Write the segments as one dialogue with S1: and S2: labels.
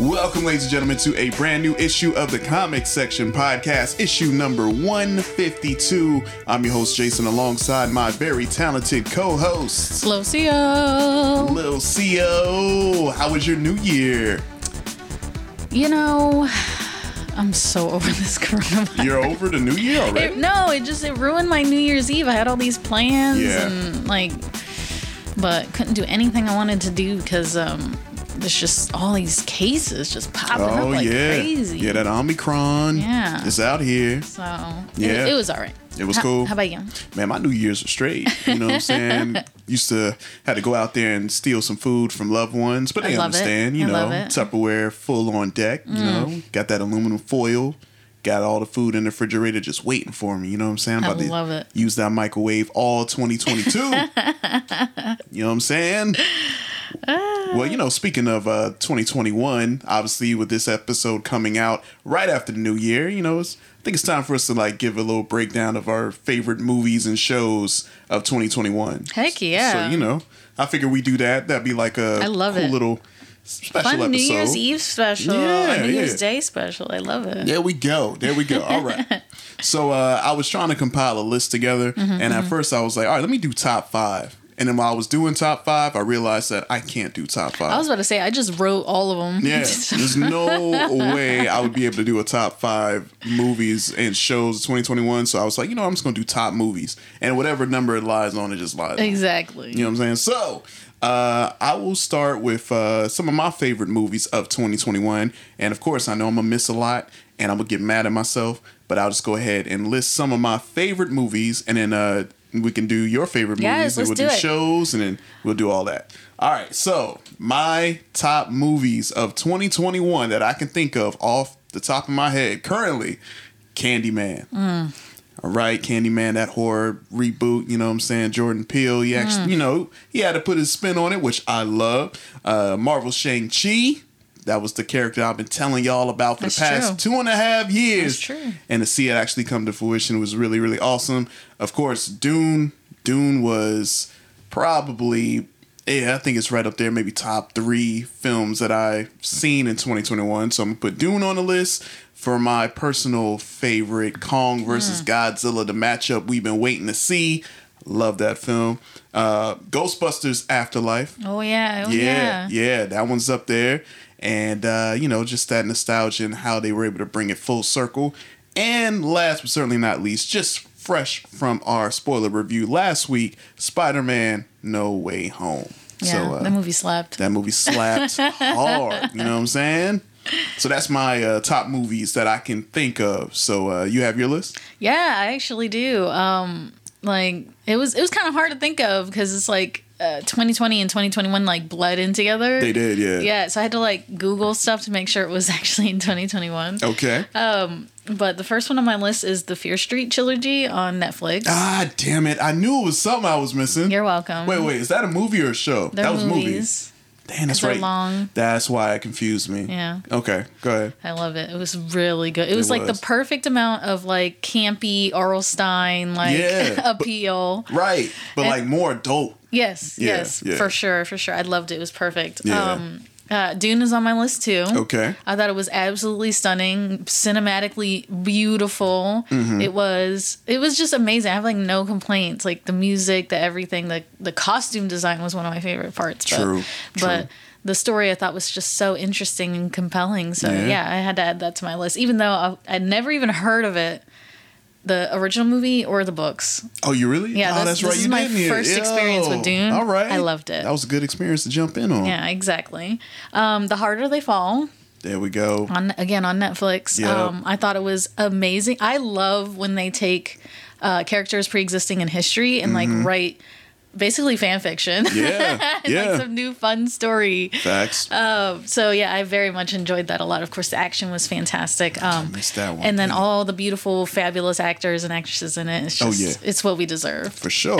S1: Welcome, ladies and gentlemen, to a brand new issue of the Comic Section Podcast, issue number 152. I'm your host, Jason, alongside my very talented co host,
S2: Locio.
S1: Lil CO. How was your new year?
S2: You know, I'm so over this coronavirus.
S1: You're over the new year
S2: It-
S1: already?
S2: no, it just it ruined my New Year's Eve. I had all these plans
S1: Yeah.
S2: and like, but couldn't do anything I wanted to do because um, there's just all these cases just popping up
S1: Oh,
S2: like
S1: yeah.
S2: crazy.
S1: Yeah, that Omicron.
S2: Yeah.
S1: It's out here.
S2: so yeah,
S1: Yeah.
S2: it, was all right.
S1: It was
S2: How-
S1: cool.
S2: How about you?
S1: man, my New Year's was straight. You know what I'm saying? Used to had to go out there and steal some food from loved ones, but
S2: I
S1: they
S2: love it.
S1: understand. You
S2: I
S1: know,
S2: love it. Mm.
S1: Tupperware full on deck. You know, got that aluminum foil. Got all the food in the refrigerator just waiting for me. You know what I'm saying? I'm
S2: I
S1: about to
S2: love it.
S1: Use that microwave all 2022. you know what I'm saying? Well, you know, speaking of uh, 2021, obviously with this episode coming out right after the new year, you know, it's, I think it's time for us to like give a little breakdown of our favorite movies and shows of 2021.
S2: Heck yeah.
S1: So you know, I figure we do that. That'd be like a
S2: I love
S1: cool
S2: it.
S1: little special
S2: Fun
S1: episode.
S2: New Year's Eve special,
S1: Yeah,
S2: a New Year's
S1: yeah.
S2: Day special. I love it.
S1: There we go. There we go. All right. So uh, I was trying to compile a list together,
S2: Mm-hmm,
S1: and at first I was like, all right, let me do top five. And then while I was doing top five, I realized that I can't do top five.
S2: I was about to say I just wrote all of them.
S1: Yeah, there's no way I would be able to do a top five movies and shows of 2021. So I was like, you know, I'm just gonna do top movies, and whatever number it lies on, it just lies. on.
S2: exactly.
S1: You know what I'm saying? So uh, I will start with uh, some of my favorite movies of 2021, and of course, I know I'm gonna miss a lot, and I'm gonna get mad at myself, but I'll just go ahead and list some of my favorite movies, and then uh, we can do your favorite
S2: Yes,
S1: movies, and
S2: let's
S1: we'll
S2: do it.
S1: shows, and then we'll do all that. All right, so my top movies of 2021 that I can think of off the top of my head currently, Candyman. All right, Candyman, that horror reboot, you know what I'm saying? Jordan Peele, he actually, you know, he had to put his spin on it, which I love. Uh, Marvel Shang-Chi, that was the character I've been telling y'all about for
S2: That's
S1: the past two and a half years.
S2: That's true.
S1: And to see it actually come to fruition was really, really awesome. Of course, Dune, Dune was probably, yeah, I think it's right up there, maybe top three films that I've seen in 2021. So I'm gonna put Dune on the list for my personal favorite Kong versus
S2: Hmm.
S1: Godzilla, the matchup we've been waiting to see. Love that film. Uh, Ghostbusters Afterlife.
S2: Oh yeah. Oh
S1: Yeah,
S2: yeah.
S1: yeah, that one's up there. And uh, you know, just that nostalgia and how they were able to bring it full circle. And last but certainly not least, just fresh from our spoiler review last week, Spider-Man: No Way Home.
S2: Yeah,
S1: so uh,
S2: that movie slapped.
S1: that movie slapped hard. You know what I'm saying? So that's my uh, top movies that I can think of. So uh, you have your list?
S2: yeah, I actually do. Um, like it was it was kind of hard to think of because it's like uh, 2020 and 2021 like bled in together.
S1: They did, yeah.
S2: Yeah, so I had to like Google stuff to make sure it was actually in 2021.
S1: Okay.
S2: But the first one on my list is the Fear Street trilogy on Netflix.
S1: ah, damn it! I knew it was something I was missing.
S2: You're welcome.
S1: Wait, wait, is that a movie or a show?
S2: They're
S1: that was movies.
S2: movies.
S1: Damn, that's
S2: They're
S1: right.
S2: long.
S1: That's why it confused me.
S2: Yeah.
S1: Okay, go ahead.
S2: I love it. It was really good. It was like
S1: was.
S2: the perfect amount of like campy Arl Stein like
S1: Yeah, but-
S2: appeal.
S1: Right, but like more adult.
S2: Yes,
S1: Yeah,
S2: yes,
S1: yeah.
S2: for sure, for sure. I loved it. It was perfect.
S1: Yeah.
S2: Um uh, Dune is on my list too.
S1: Okay.
S2: I thought it was absolutely stunning, cinematically beautiful.
S1: Mm-hmm.
S2: It was it was just amazing. I have like no complaints. Like the music, the everything, the the costume design was one of my favorite parts. But,
S1: True,
S2: But the story I thought was just so interesting and compelling. So
S1: Yeah.
S2: yeah, I had to add that to my list, even though I, I'd never even heard of it. The original movie or the books.
S1: Oh, you really?
S2: Yeah,
S1: oh, that's
S2: that's- this
S1: right.
S2: is
S1: you
S2: my
S1: did hear it.
S2: first experience with Dune.
S1: All right,
S2: I loved it.
S1: Oh. That was a good experience to jump in on.
S2: Yeah, exactly. Um, the harder they fall.
S1: There we go.
S2: on again on Netflix.
S1: Yeah.
S2: Um, I thought it was amazing. I love when they take uh, characters pre-existing in history and like write basically fan fiction.
S1: Mm-hmm. Yeah,
S2: And,
S1: yeah.
S2: like some Uh, new fun story.
S1: Facts.
S2: So yeah, I very much enjoyed that a lot. Of course, the action was fantastic. Um,
S1: missed that one.
S2: And then all the beautiful, fabulous actors and actresses in it. It's
S1: Oh,
S2: just,
S1: yeah.
S2: it's what we deserve.
S1: for sure.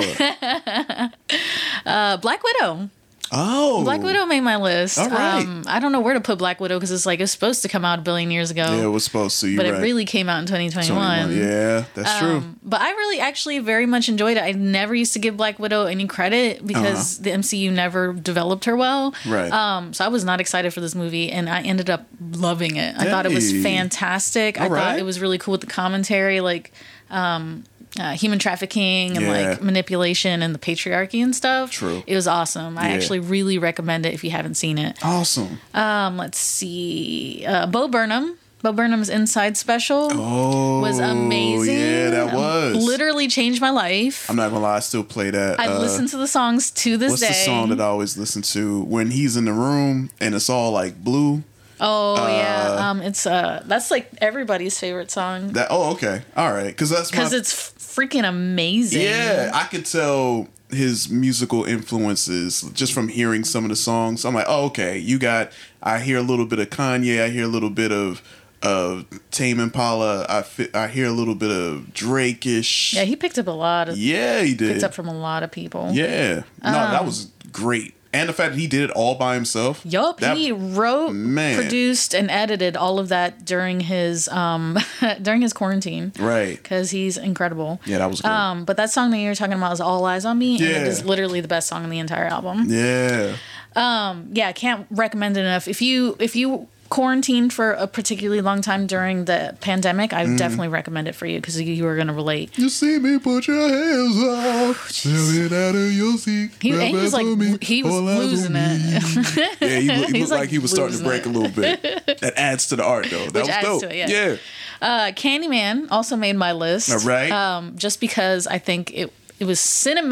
S2: Uh, Black Widow.
S1: Oh,
S2: Black Widow made my list.
S1: All right.
S2: Um, I don't know where to put Black Widow because it's like it's supposed to come out a billion years ago.
S1: Oh, Yeah, it was supposed to. You
S2: but
S1: right?
S2: it really came out in 2021.
S1: 21. Yeah, that's true.
S2: Um, but I really actually very much enjoyed it. I never used to give Black Widow any credit because the MCU never developed her well.
S1: Uh-huh. Right.
S2: Um, so I was not excited for this movie and I ended up loving it. I thought it was
S1: Hey.
S2: fantastic. I
S1: All
S2: thought
S1: right.
S2: it was really cool with the commentary, like um, uh, human trafficking and
S1: Yeah.
S2: like manipulation and the patriarchy and stuff.
S1: True.
S2: It was awesome. I
S1: Yeah.
S2: actually really recommend it if you haven't seen it.
S1: Awesome.
S2: Um, let's see. Uh, Bo Burnham. Bo Burnham's Inside Special
S1: Oh,
S2: was amazing.
S1: Yeah, that
S2: Um,
S1: was.
S2: literally changed my life.
S1: I'm not gonna lie, I still play that.
S2: I
S1: uh,
S2: listen to the songs to this
S1: What's
S2: day.
S1: the song that I always listen to when he's in the room and it's all like blue?
S2: oh yeah, um, it's uh, that's like everybody's favorite song
S1: That oh okay, all right, because that's my
S2: because it's f- freaking amazing.
S1: yeah. I could tell his musical influences just from hearing some of the songs. I'm like, oh okay, you got. I hear a little bit of Kanye. I hear a little bit of of Tame Impala. I fi- I hear a little bit of Drake-ish.
S2: yeah. He picked up a lot of
S1: Yeah, he did.
S2: picked up from Um, a lot of people.
S1: Yeah. No, that was great. And the fact that he did it all by himself.
S2: Yup,
S1: That-
S2: he wrote,
S1: man.
S2: produced, and edited all of that during his um during his quarantine.
S1: Right.
S2: because he's incredible.
S1: Yeah, that was great.
S2: Um, but that song that you're talking about is "All Eyes on Me," and
S1: Yeah.
S2: it is literally the best song in the entire album.
S1: yeah.
S2: Yeah, I can't recommend it enough. If you if you quarantined for a particularly long time during the pandemic, I
S1: Mm-hmm.
S2: definitely recommend it for you because you are going to relate.
S1: You see me put your hands up. Living out of your seat.
S2: Oh, He, and he was
S1: Grab after me,
S2: like, he was
S1: all eyes on
S2: losing
S1: me.
S2: it.
S1: Yeah, he, looked- he looked
S2: He's,
S1: like,
S2: like,
S1: he was starting to
S2: losing
S1: break a little bit. That adds to the art, though. That
S2: Which
S1: was
S2: adds
S1: dope.
S2: to it, yeah.
S1: yeah.
S2: Uh, Candyman also made my list.
S1: All right.
S2: Um, just because I think it it was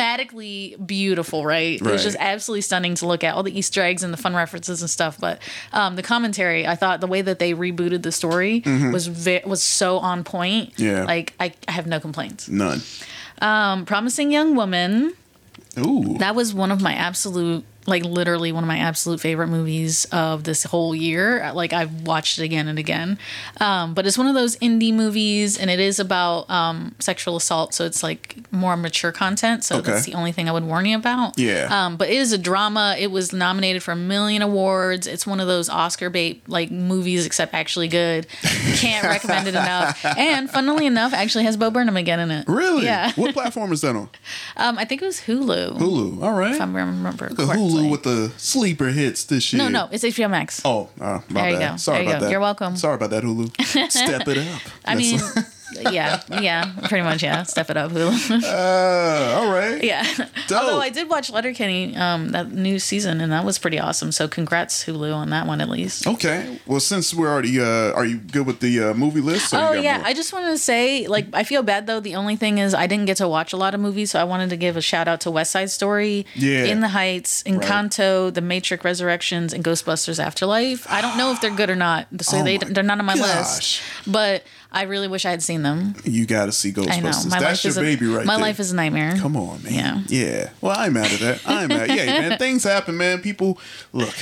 S2: cinematically beautiful, right? It
S1: Right.
S2: was just absolutely stunning to look at all the Easter eggs and the fun references and stuff. But um, the commentary, I thought the way that they rebooted the story was ve- was so on point.
S1: Mm-hmm. Yeah.
S2: Like I, I have no complaints.
S1: None.
S2: Um, Promising Young Woman.
S1: Ooh.
S2: That was one of my absolute, like literally one of my absolute favorite movies of this whole year. Like I've watched it again and again. Um, but it's one of those indie movies, and it is about um, sexual assault, so it's like more mature content. So
S1: Okay.
S2: that's the only thing I would warn you about.
S1: Yeah.
S2: Um, but it is a drama. It was nominated for a million awards. It's one of those Oscar bait like movies, except actually good. Can't recommend it enough. And funnily enough, actually has Bo Burnham again in it.
S1: really?
S2: Yeah.
S1: What platform is that on?
S2: Um, I think it was Hulu.
S1: Hulu. All right.
S2: If I remember
S1: the
S2: correctly.
S1: Hulu with the sleeper hits this year.
S2: No, no, it's HBO Max.
S1: Oh, uh, my
S2: There you
S1: bad.
S2: go.
S1: Sorry
S2: There you
S1: about
S2: go.
S1: that.
S2: You're welcome.
S1: Sorry about that, Hulu. Step it up.
S2: I mean, yeah, yeah, pretty much, yeah. Step it up, Hulu.
S1: Uh, all right.
S2: yeah.
S1: Dope.
S2: Although I did watch Letterkenny um, that new season, and that was pretty awesome. So congrats Hulu on that one at least.
S1: Okay. Well, since we're already, uh, are you good with the uh, movie list? or you
S2: Oh
S1: got
S2: yeah,
S1: more?
S2: I just wanted to say, like, I feel bad though. The only thing is, I didn't get to watch a lot of movies, so I wanted to give a shout out to West Side Story,
S1: Yeah.
S2: In the Heights, Encanto, The Matrix Resurrections, and Ghostbusters Afterlife. I don't know if they're good or not, so
S1: Oh
S2: they
S1: my
S2: they're not on my
S1: gosh.
S2: list. But I really wish I had seen them.
S1: you got to see
S2: I know
S1: Ghostbusters.
S2: my
S1: That's
S2: life
S1: your
S2: is a,
S1: baby right
S2: My
S1: there.
S2: life is a nightmare.
S1: Come on, man.
S2: Yeah.
S1: Yeah. Well, I'm mad at that. I'm mad. Yeah, man. Things happen, man. People, look.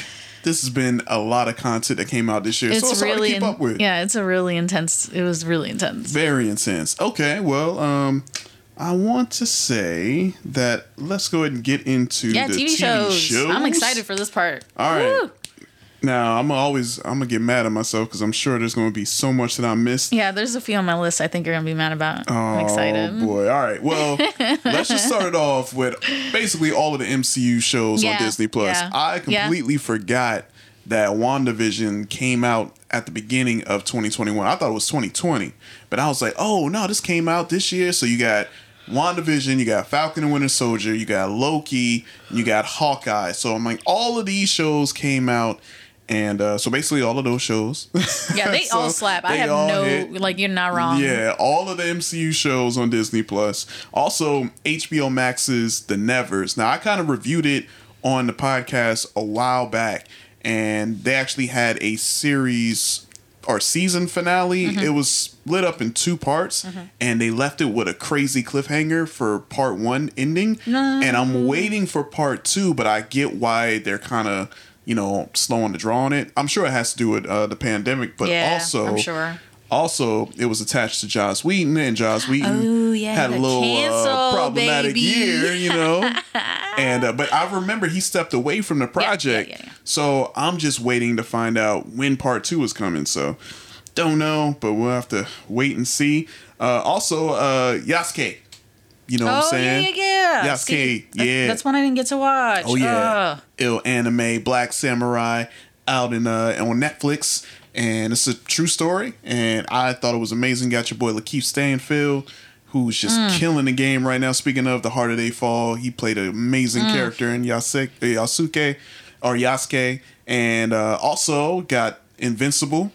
S1: This has been a lot of content that came out this year,
S2: it's
S1: so it's hard to
S2: really
S1: keep
S2: in-
S1: up with.
S2: yeah it's a really intense it was really intense
S1: Very intense. Okay. Well, um, I want to say that let's go ahead and get into
S2: yeah
S1: the
S2: tv, shows. i'm
S1: shows.
S2: excited for this part
S1: All right.
S2: Woo!
S1: Now I'm always I'm gonna get mad at myself because I'm sure there's gonna be so much that I missed.
S2: yeah there's a few on my list i think you're gonna be mad about i'm excited
S1: Oh boy! All right. Well, let's just start it off with basically all of the MCU shows
S2: Yeah,
S1: on Disney Plus.
S2: yeah,
S1: I
S2: yeah.
S1: completely forgot that WandaVision came out at the beginning of 2021. I thought it was 2020, but I was like, oh no, this came out this year. So you got WandaVision, you got Falcon and Winter Soldier, you got Loki, you got Hawkeye. So I'm like, all of these shows came out. And uh, so basically, all of those shows.
S2: yeah they
S1: So
S2: all slap i
S1: they
S2: have
S1: all
S2: no
S1: hit.
S2: like you're not wrong
S1: Yeah, all of the MCU shows on Disney Plus. Also, HBO Max's The Nevers. Now, I kind of reviewed it on the podcast a while back, and they actually had a series or season finale.
S2: Mm-hmm.
S1: It was split up in two parts, and they left it with a crazy cliffhanger for part one ending. And I'm waiting for part two, but I get why they're kind of you know slow on the draw on it. I'm sure it has to do with uh, the pandemic, but
S2: Yeah,
S1: also
S2: I'm sure.
S1: Also, it was attached to Joss Whedon, and Joss Whedon
S2: Oh, yeah,
S1: had a
S2: the
S1: little uh,
S2: cancel,
S1: problematic
S2: baby.
S1: year, you know. and uh, but I remember he stepped away from the project,
S2: yeah, yeah.
S1: so I'm just waiting to find out when part two is coming. So don't know, but we'll have to wait and see. Uh, also, uh, Yasuke, you know what I'm
S2: oh yeah,
S1: saying?
S2: yeah, yeah.
S1: Yasuke,
S2: See, that-
S1: yeah.
S2: That's one I didn't get to watch.
S1: Oh yeah,
S2: Ugh.
S1: ill anime Black Samurai out in uh on Netflix, and it's a true story, and I thought it was amazing. Got your boy Lakeith Stanfield, who's just
S2: Mm.
S1: killing the game right now. Speaking of the Harder They Fall, he played an amazing
S2: Mm.
S1: character in Yasuke, Yasuke or Yasuke, and uh, also got Invincible.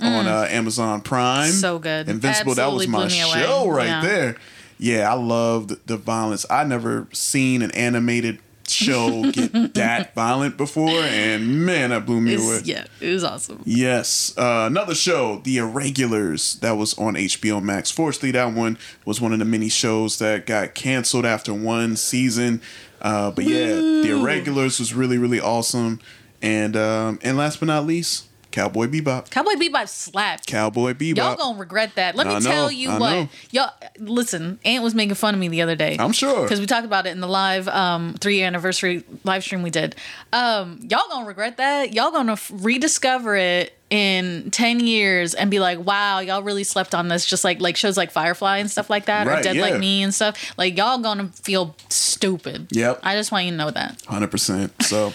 S1: On uh, Amazon Prime,
S2: Mm. So good.
S1: Invincible. that was
S2: Absolutely
S1: my
S2: blew me away.
S1: show right
S2: Yeah.
S1: there there. Yeah, I loved the violence. I never seen an animated show get that violent before, and man, that blew me away.
S2: It's- yeah, it was awesome.
S1: Yes, uh, another show, The Irregulars, that was on HBO Max. Fortunately, that one was one of the many shows that got canceled after one season. Uh, but yeah, The Irregulars was really, really awesome. And um, and last but not least, Cowboy Bebop.
S2: Cowboy Bebop slapped.
S1: Cowboy Bebop.
S2: Y'all gonna regret that. Let me
S1: I know,
S2: tell you
S1: I
S2: what.
S1: know.
S2: Y'all listen, Aunt was making fun of me the other day.
S1: I'm sure.
S2: Because we talked about it in the live um three year anniversary live stream we did. Um, y'all gonna regret that. Y'all gonna f- rediscover it in 10 years and be like, wow, y'all really slept on this, just like like shows like Firefly and stuff like that,
S1: Right,
S2: or Dead
S1: yeah.
S2: Like Me and stuff. Like y'all gonna feel stupid.
S1: Yep.
S2: I just want you to know that.
S1: Hundred percent. So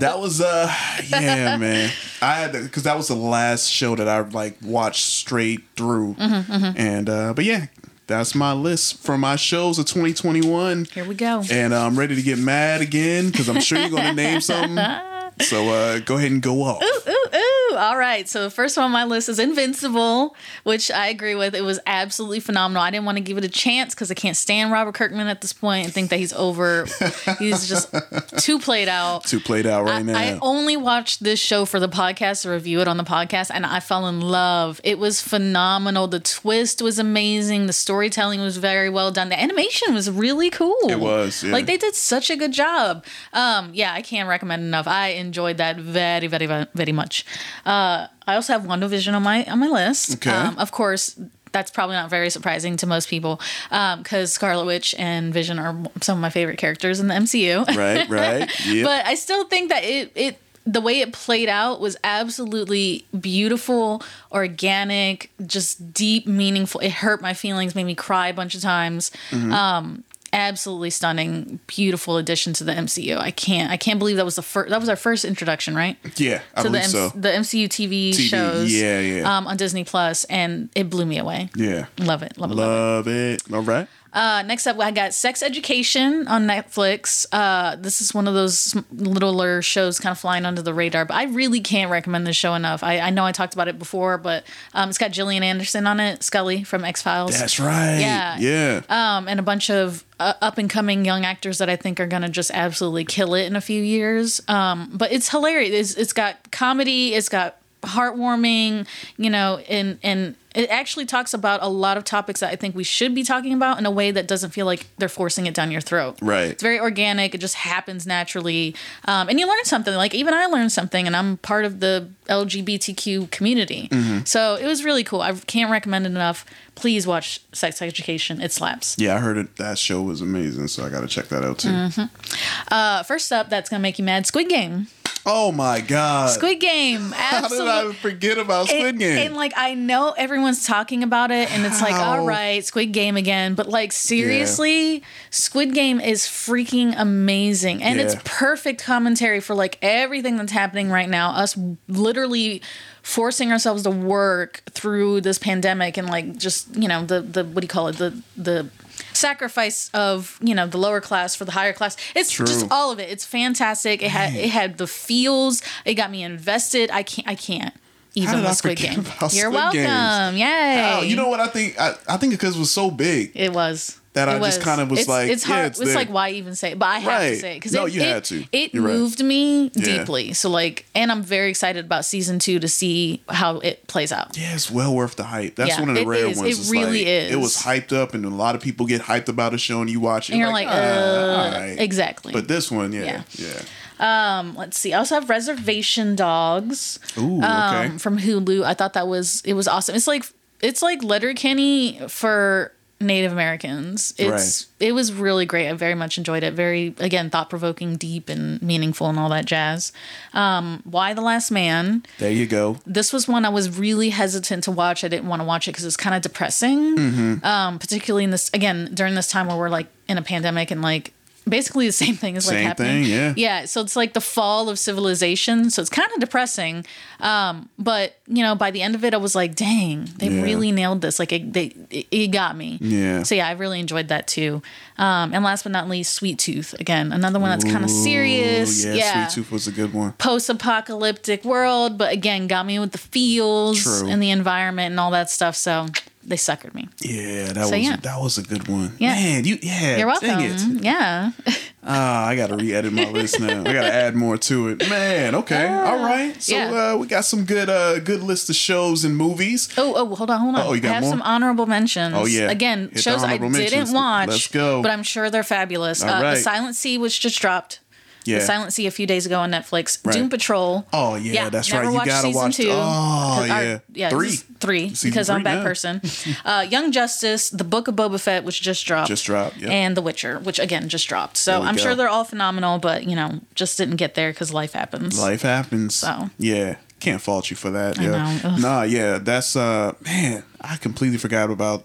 S1: that was uh yeah man. I had because that was the last show that I like watched straight through,
S2: Mm-hmm,
S1: and uh but yeah, that's my list for my shows of 2021,
S2: Here we go.
S1: and uh, I'm ready to get mad again because I'm sure you're gonna name something. So uh go ahead and go off.
S2: Ooh, all right. So the first one on my list is Invincible, which I agree with. It was absolutely phenomenal. I didn't want to give it a chance because I can't stand Robert Kirkman at this point and think that he's over. he's just too played out.
S1: Two played out right now.
S2: I only watched this show for the podcast to review it on the podcast, and I fell in love. It was phenomenal. The twist was amazing. The storytelling was very well done. The animation was really cool.
S1: It was, yeah.
S2: Like they did such a good job. Um, yeah, I can't recommend enough. I enjoyed that very, very, very, very much. Uh, I also have WandaVision on my on my list.
S1: Okay.
S2: Um, of course. That's probably not very surprising to most people because Scarlet Witch and Vision are some of my favorite characters in the MCU.
S1: right, right. Yeah.
S2: But I still think that it it the way it played out was absolutely beautiful, organic, just deep, meaningful. It hurt my feelings, made me cry a bunch of times.
S1: Mm-hmm.
S2: Um absolutely stunning, beautiful addition to the MCU. I can't I can't believe that was the first that was our first introduction, right?
S1: yeah, I
S2: to the
S1: believe
S2: M-
S1: so.
S2: the MCU TV,
S1: TV,
S2: shows
S1: yeah, yeah.
S2: um on Disney Plus and it blew me away.
S1: Yeah.
S2: Love it. Love it.
S1: Love
S2: Love it.
S1: it. All right.
S2: Uh, next up, I got Sex Education on Netflix. Uh, this is one of those littler shows kind of flying under the radar, but I really can't recommend this show enough. I, I know I talked about it before, but um, it's got Gillian Anderson on it, Scully from X Files,
S1: That's right.
S2: Yeah.
S1: Yeah.
S2: um, and a bunch of uh, up and coming young actors that I think are going to just absolutely kill it in a few years. Um, but it's hilarious. It's, it's got comedy, it's got heartwarming, you know, and, and it actually talks about a lot of topics that I think we should be talking about in a way that doesn't feel like they're forcing it down your throat.
S1: Right.
S2: It's very organic, it just happens naturally. Um, and you learn something. Like, even I learned something, and I'm part of the LGBTQ community. So it was really cool. I can't recommend it enough. Please watch Sex Education, it slaps.
S1: yeah, I heard it, that show was amazing, so I got to check that out too.
S2: Mm-hmm. Uh, first up, that's gonna make you mad. Squid Game.
S1: Oh my god.
S2: Squid
S1: How
S2: Game.
S1: did I
S2: Absolutely.
S1: forget about Squid
S2: And,
S1: Game?
S2: and, like I know everyone's talking about it, and it's like,
S1: How?
S2: all right, Squid Game again. But like seriously, Squid Game is freaking amazing, and it's
S1: Yeah.
S2: perfect commentary for like everything that's happening right now. Us literally forcing ourselves to work through this pandemic, and like just you know the the what do you call it the the sacrifice of you know the lower class for the higher class it's just
S1: True.
S2: all of it it's fantastic it had it had the feels it got me invested i can't i can't even
S1: did I
S2: with Squid
S1: forget
S2: Game.
S1: about
S2: You're
S1: Squid Games? Oh,
S2: welcome. Yay.
S1: Wow, you know what I think? I, I think because it was so big
S2: it was.
S1: that I
S2: It was.
S1: just kind of was
S2: it's,
S1: like,
S2: it's
S1: yeah,
S2: hard.
S1: it's,
S2: It's,
S1: there.
S2: like why even say it? But I have to
S1: Right.
S2: say it because
S1: No,
S2: it,
S1: you
S2: it-
S1: had to.
S2: It
S1: You're right.
S2: moved me
S1: Yeah.
S2: deeply. So like, and I'm very excited about season two to see how it plays out.
S1: Yeah, it's well worth the hype. That's
S2: Yeah,
S1: one of the
S2: it
S1: rare
S2: is.
S1: ones.
S2: It
S1: It's
S2: really
S1: like,
S2: is.
S1: It was hyped up, and a lot of people get hyped about a show, and you watch it, "Oh,
S2: And you're like, uh,
S1: all right.
S2: exactly.
S1: But this one, yeah, yeah.
S2: Um, let's see. I also have Reservation Dogs
S1: Ooh, okay.
S2: um, from Hulu. I thought that was it was awesome. It's like it's like Letterkenny for Native Americans. It's it was really great. I very much enjoyed it. Very again thought provoking, deep and meaningful, and all that jazz. Um, Why the Last Man?
S1: there you go.
S2: this was one I was really hesitant to watch. I didn't want to watch it because it's kind of depressing,
S1: Mm-hmm.
S2: um, particularly in this again during this time where we're like in a pandemic and like basically the same thing is like
S1: Same
S2: happening.
S1: thing, yeah.
S2: yeah. So it's like the fall of civilization. So it's kind of depressing, um, but you know by the end of it, I was like, dang, they
S1: Yeah.
S2: really nailed this. Like it, they, it, it got me.
S1: Yeah.
S2: So yeah, I really enjoyed that too. Um, and last but not least, Sweet Tooth again, another one that's kind of serious.
S1: Ooh,
S2: yeah.
S1: yeah, Sweet Tooth was a good one.
S2: post-apocalyptic world, but again, got me with the feels
S1: True.
S2: and the environment and all that stuff. So they suckered me.
S1: Yeah, that
S2: So,
S1: was
S2: yeah.
S1: that was a good one.
S2: Yeah.
S1: Man, you yeah,
S2: You're welcome.
S1: dang it.
S2: Yeah,
S1: Ah, I gotta re-edit my list now. I gotta add more to it. Man, okay, all right. So
S2: Ah, Yeah.
S1: uh, we got some good uh, good list of shows and movies.
S2: Oh, oh, hold on, hold on.
S1: Uh-oh, you got
S2: I have
S1: more?
S2: some honorable mentions.
S1: Oh, yeah.
S2: Again,
S1: Hit the
S2: shows I
S1: honorable
S2: didn't
S1: mentions.
S2: watch.
S1: Let's go.
S2: But I'm sure they're fabulous.
S1: All
S2: uh,
S1: right.
S2: The Silent Sea, which just dropped.
S1: Yeah.
S2: The Silent Sea a few days ago on Netflix.
S1: Right.
S2: Doom Patrol.
S1: Oh yeah, that's
S2: never
S1: right. You
S2: watched
S1: gotta
S2: season
S1: watch.
S2: two.
S1: Oh
S2: Or-
S1: yeah,
S2: yeah,
S1: three.
S2: this is three
S1: Season
S2: because I'm
S1: three
S2: a bad
S1: now.
S2: person. Uh, Young Justice, The Book of Boba Fett, which just dropped,
S1: Just dropped, yep.
S2: and The Witcher, which again just dropped.
S1: There
S2: So
S1: we
S2: I'm
S1: go.
S2: sure they're all phenomenal, but you know, just didn't get there because life happens.
S1: Life happens.
S2: So.
S1: yeah, can't fault you for that. yeah,
S2: know, ugh.
S1: nah, yeah, that's uh, man, I completely forgot about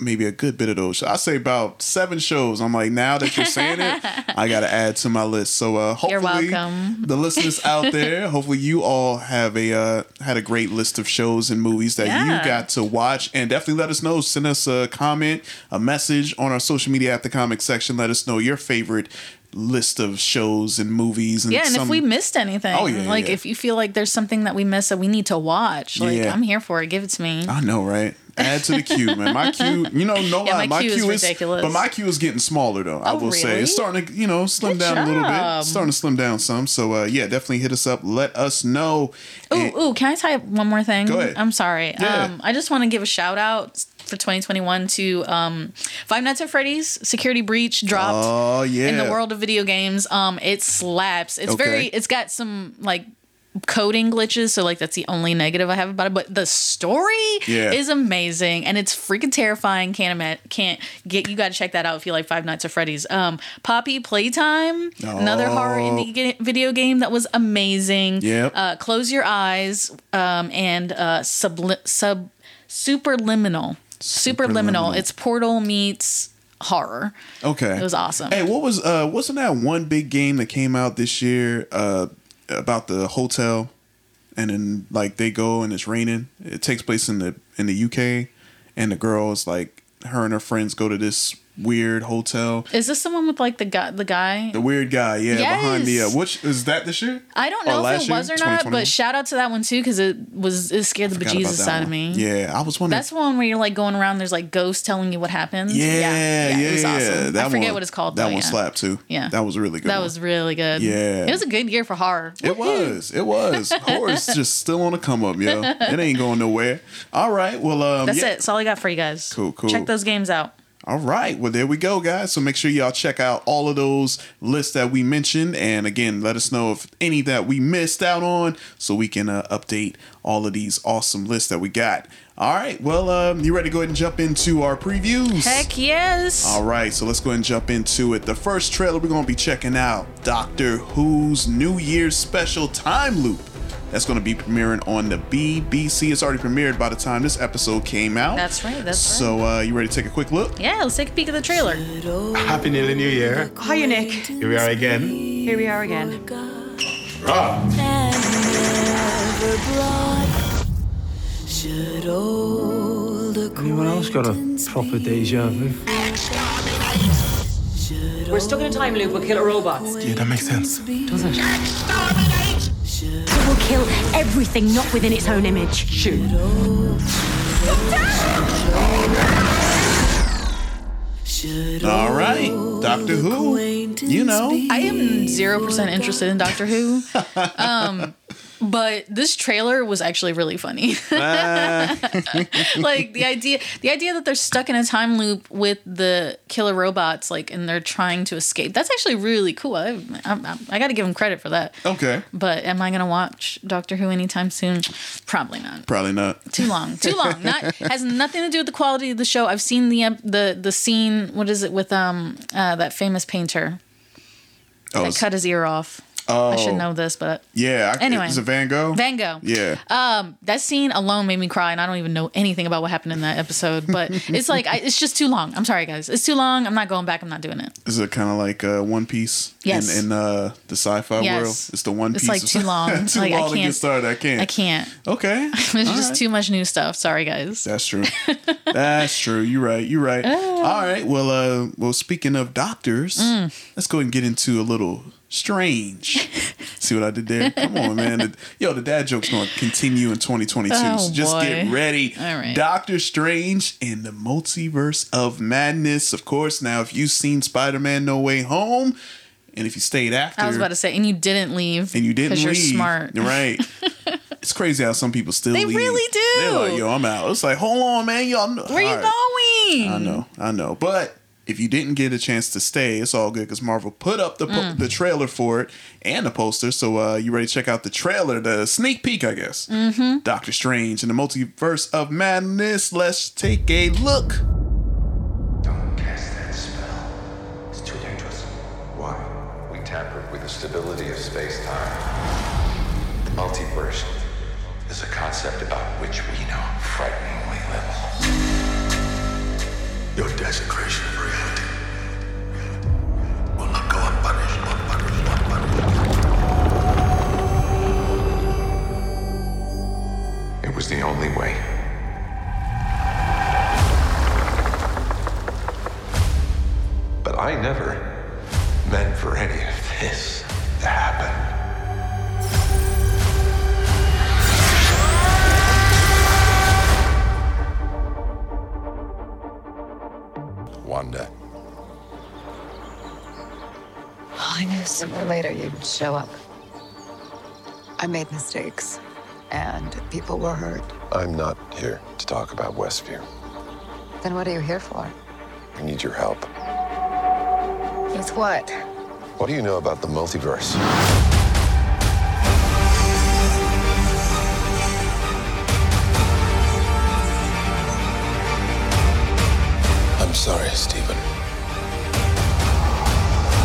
S1: maybe a good bit of those. I say about seven shows. I'm like, now that you're saying it, I gotta add to my list. So uh, hopefully,
S2: You're welcome.
S1: the listeners out there, hopefully you all have a uh, had a great list of shows and movies that you
S2: Yeah.
S1: got to watch, and definitely let us know. Send us a comment, a message on our social media at the comic section. Let us know your favorite list of shows and movies and
S2: Yeah, and
S1: some-
S2: if we missed anything,
S1: Oh, yeah,
S2: like
S1: yeah.
S2: if you feel like there's something that we missed that we need to watch, like
S1: Yeah.
S2: I'm here for it. Give it to me.
S1: I know, right? Add to the queue, man. My queue, you know, no
S2: Yeah,
S1: lie,
S2: my
S1: my
S2: queue
S1: queue is,
S2: is ridiculous.
S1: But my queue is getting smaller, though. I
S2: Oh,
S1: will say it's
S2: really?
S1: starting to, you know, slim
S2: Good
S1: down a little bit.
S2: job.
S1: It's starting to slim down some. So uh, yeah, definitely hit us up. Let us know. And-
S2: Ooh, ooh, can I tie up one more thing?
S1: Go ahead.
S2: I'm sorry.
S1: Yeah.
S2: Um, I just want to give a shout out for 2021 to um, Five Nights at Freddy's Security Breach dropped
S1: Oh yeah,
S2: in the world of video games. Um, it slaps. It's
S1: Okay.
S2: very. It's got some like coding glitches so like that's the only negative i have about it but the story
S1: Yeah.
S2: is amazing and it's freaking terrifying can't ima- can't get you got to check that out if you like five nights at freddy's um poppy playtime another horror
S1: Oh.
S2: indie ga- video game that was amazing
S1: Yep.
S2: uh close your eyes um and uh subli- sub superliminal superliminal
S1: Superliminal.
S2: it's portal meets horror
S1: Okay,
S2: it was awesome
S1: Hey, what was uh, wasn't that one big game that came out this year uh about the hotel, and then like they go and it's raining. It takes place in the in the UK, and the girls like her and her friends go to this weird hotel.
S2: Is this the one with like the guy? The guy?
S1: The weird guy, yeah, behind the uh,
S2: Yes. Uh,
S1: which is that this year?
S2: I don't
S1: Or
S2: know if
S1: last
S2: it
S1: year?
S2: was or not,
S1: 2021?
S2: but shout out to that one too because it was it scared the
S1: Forgot about
S2: bejesus
S1: that
S2: out of
S1: one.
S2: me.
S1: Yeah, I was wondering.
S2: That's the one where you're like going around. There's like ghosts telling you what happens.
S1: yeah, yeah, yeah.
S2: it was awesome.
S1: That
S2: I forget
S1: one-
S2: what it's called.
S1: That
S2: though,
S1: one
S2: yeah.
S1: slapped too.
S2: Yeah.
S1: that was a really good.
S2: That
S1: one.
S2: was really good.
S1: Yeah. Um,
S2: it was a good year for horror.
S1: It was. It was. Horror's just still on the come up, yo. It ain't going nowhere. All right. Well, um,
S2: That's
S1: yeah.
S2: it. That's all I got for you guys.
S1: Cool, cool.
S2: Check those games out.
S1: All right. Well, there we go, guys. So make sure y'all check out all of those lists that we mentioned. And again, let us know if any that we missed out on so we can uh, update all of these awesome lists that we got. All right. Well, um, you ready to go ahead and jump into our previews?
S2: Heck yes.
S1: All right, so let's go ahead and jump into it. The first trailer we're going to be checking out Doctor Who's New Year's special time loop. That's going to be premiering on the BBC. It's already premiered by the time this episode came out.
S2: That's right, that's
S1: so, uh, you ready to take a quick look?
S2: yeah, let's take a peek at the trailer.
S3: Happy Nearly New Year.
S4: Hiya, Nick.
S3: Here we are again.
S4: Here we are again.
S5: Anyone else got a proper deja vu?
S4: We're stuck in a time loop with killer robots.
S3: Yeah, that makes sense.
S6: It will kill everything not within its own image.
S4: Shoot.
S6: Shoot.
S1: All right, Doctor Who. You know,
S2: I am zero percent interested in Doctor Who, um, but this trailer was actually really funny. like the idea, the idea that they're stuck in a time loop with the killer robots, like, and they're trying to escape. That's actually really cool. I, I, I got to give them credit for that.
S1: okay,
S2: But am I going to watch Doctor Who anytime soon? Probably not.
S1: probably not.
S2: Too long. Too long. Not has nothing to do with the quality of the show. I've seen the ep- the the scene. What is it with um uh, that famous painter
S1: Oh,
S2: that cut his ear off? I should know this, but
S1: yeah. I,
S2: Anyway.
S1: is it Van Gogh?
S2: Van Uh, Gogh.
S1: yeah,
S2: That scene alone made me cry, and I don't even know anything about what happened in that episode. But it's like I, it's just too long. I'm sorry, guys. It's too long. I'm not going back. I'm not doing it.
S1: is it kind of like uh, One Piece?
S2: Yes.
S1: In, in uh, the sci-fi
S2: Yes.
S1: world, it's the one
S2: It's
S1: piece.
S2: like
S1: of-
S2: too long.
S1: too
S2: Like, I
S1: long to get
S2: can't-
S1: started. I can't.
S2: I can't.
S1: Okay.
S2: There's
S1: All
S2: just
S1: right.
S2: too much new stuff. Sorry, guys.
S1: That's true. That's true. You're right. You're right.
S2: Ah.
S1: All right. Well, uh, well. Speaking of doctors,
S2: Mm.
S1: let's go ahead and get into a little strange. See what I did there? Come on, man. The- yo, the dad joke's going to continue in 2022.
S2: Oh,
S1: so just get
S2: boy.
S1: ready.
S2: All right.
S1: Doctor Strange and the Multiverse of Madness. Of course. Now, if you've seen Spider-Man: No Way Home, and if you stayed after,
S2: I was about to say, and you didn't leave,
S1: and you didn't leave.
S2: you're smart.
S1: right? it's crazy how some people still
S2: They
S1: leave.
S2: really do.
S1: They're like, "Yo, I'm out." It's like, "Hold on, man, y'all." Know.
S2: Where
S1: All
S2: you
S1: right.
S2: going?
S1: I know, I know. But if you didn't get a chance to stay, it's all good because Marvel put up the po-
S2: Mm.
S1: the trailer for it and the poster. So uh, you ready to check out the trailer, the sneak peek, I guess. Mm-hmm. Doctor Strange and the Multiverse of Madness. Let's take a look.
S7: Don't cast that spell. It's too dangerous. Why? We tampered with the stability of space time. The multiverse is a concept about which we know frighteningly little. Your desecration of reality will not go unpunished, unpunished, unpunished. It was the only way. But I never meant for any of this to happen. Wanda.
S6: Oh, I knew sooner or later you'd show up. I made mistakes, and people were hurt.
S7: I'm not here to talk about Westview.
S6: Then what are you here for?
S7: I need your help.
S6: With what?
S7: What do you know about the multiverse? I'm sorry, Stephen.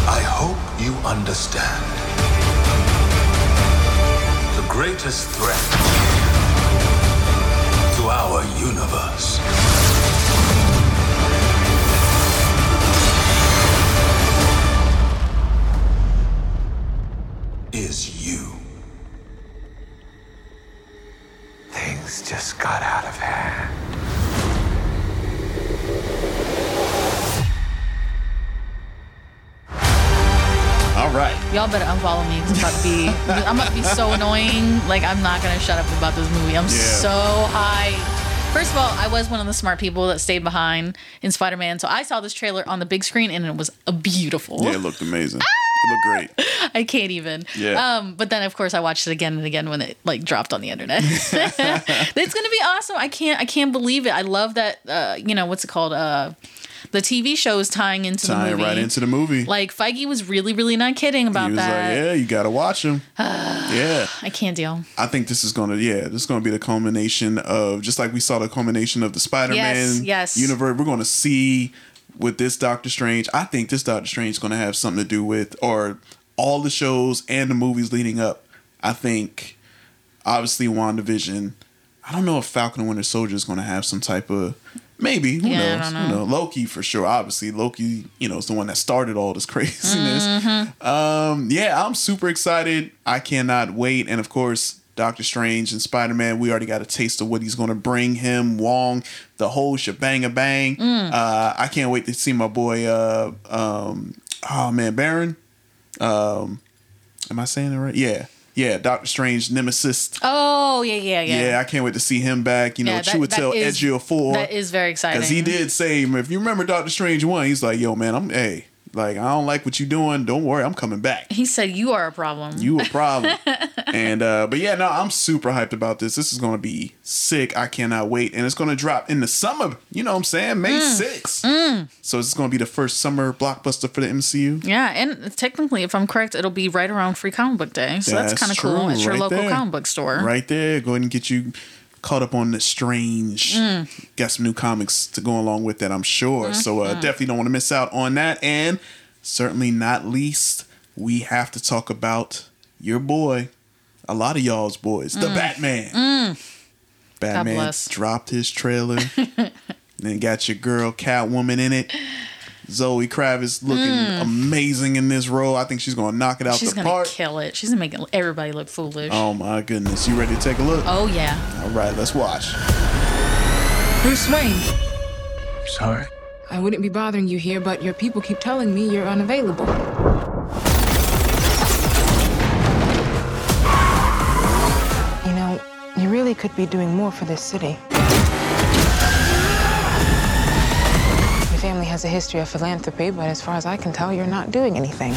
S7: I hope you understand. The greatest threat to our universe is you. Things just got out of hand.
S1: All right.
S2: Y'all better unfollow me. 'cause I'm about to be. I'm about to be so annoying. Like I'm not gonna shut up about this movie. I'm so high. First of all, I was one of the smart people that stayed behind in Spider-Man, so I saw this trailer on the big screen and it was a beautiful.
S1: Yeah, it looked
S2: Ah!
S1: amazing. It looked great.
S2: I can't even.
S1: Yeah.
S2: Um, but then of course I watched it again and again when it like dropped on the internet. it's gonna be awesome. I can't. I can't believe it. I love that. Uh, you know what's it called? Uh, the TV show is tying into the
S1: Tying
S2: movie.
S1: right into the movie.
S2: like Feige was really, really not kidding about
S1: he was
S2: that.
S1: like, "Yeah, you got to watch him." yeah.
S2: I can't deal.
S1: I think this is gonna yeah, this is gonna be the culmination of just like we saw the culmination of the Spider Man
S2: Yes, yes.
S1: universe. We're gonna see with this Doctor Strange. I think this Doctor Strange is gonna have something to do with or all the shows and the movies leading up. I think obviously WandaVision. I don't know if Falcon and Winter Soldier is gonna have some type of maybe who
S2: Yeah, I
S1: knows
S2: don't
S1: Who knows? Loki for sure obviously Loki you know is the one that started all this craziness
S2: Mm-hmm.
S1: um, yeah, I'm super excited. I cannot wait. And of course, Doctor Strange and Spider Man, we already got a taste of what he's going to bring him, Wong, the whole shebang a bang.
S2: Mm.
S1: Uh, I can't wait to see my boy, uh, um, oh man, Baron. Um, am I saying it right? Yeah. yeah, Doctor Strange Nemesis.
S2: Oh yeah, yeah, yeah.
S1: Yeah. I can't wait to see him back. You know,
S2: Yeah, that-
S1: Chiwetel
S2: that is-
S1: Ejiofor.
S2: That is very exciting.
S1: Because he did say, if you remember Doctor Strange 1, he's like, yo, man, I'm, hey, like, I don't like what you're doing. Don't worry, I'm coming back.
S2: He said you are a problem.
S1: You a problem. and, uh, but yeah, no, I'm super hyped about this. This is going to be sick. I cannot wait. And it's going to drop in the summer. You know what I'm saying? May
S2: Mm.
S1: 6th. So it's going to be the first summer blockbuster for the MCU.
S2: yeah, and technically, if I'm correct, it'll be right around Free Comic Book Day, so that's,
S1: That's
S2: kind of cool
S1: true,
S2: at your
S1: right
S2: local
S1: there.
S2: comic book store.
S1: Right there. Go ahead and get you caught up on the strange.
S2: Mm.
S1: Got some new comics to go along with that, I'm sure. So
S2: Mm-hmm.
S1: uh, definitely don't want to miss out on that. And certainly not least, we have to talk about your boy, a lot of y'all's boys, the Batman. Batman
S2: Mm. bless.
S1: dropped his trailer. then got your girl Catwoman in it. Zoe Kravitz looking amazing in this role. I think she's gonna knock it out
S2: Mm. She's
S1: the
S2: gonna
S1: park.
S2: kill it. She's gonna make everybody look foolish.
S1: oh my goodness! You ready to take a
S3: Uh.
S1: look?
S2: Oh yeah.
S1: All right, let's watch.
S8: Bruce Wayne,
S3: Sorry.
S8: I wouldn't be bothering you here, but your people keep telling me you're unavailable. You know, you really could be doing more for this city. Your family has a history of philanthropy, but as far as I can tell, you're not doing anything.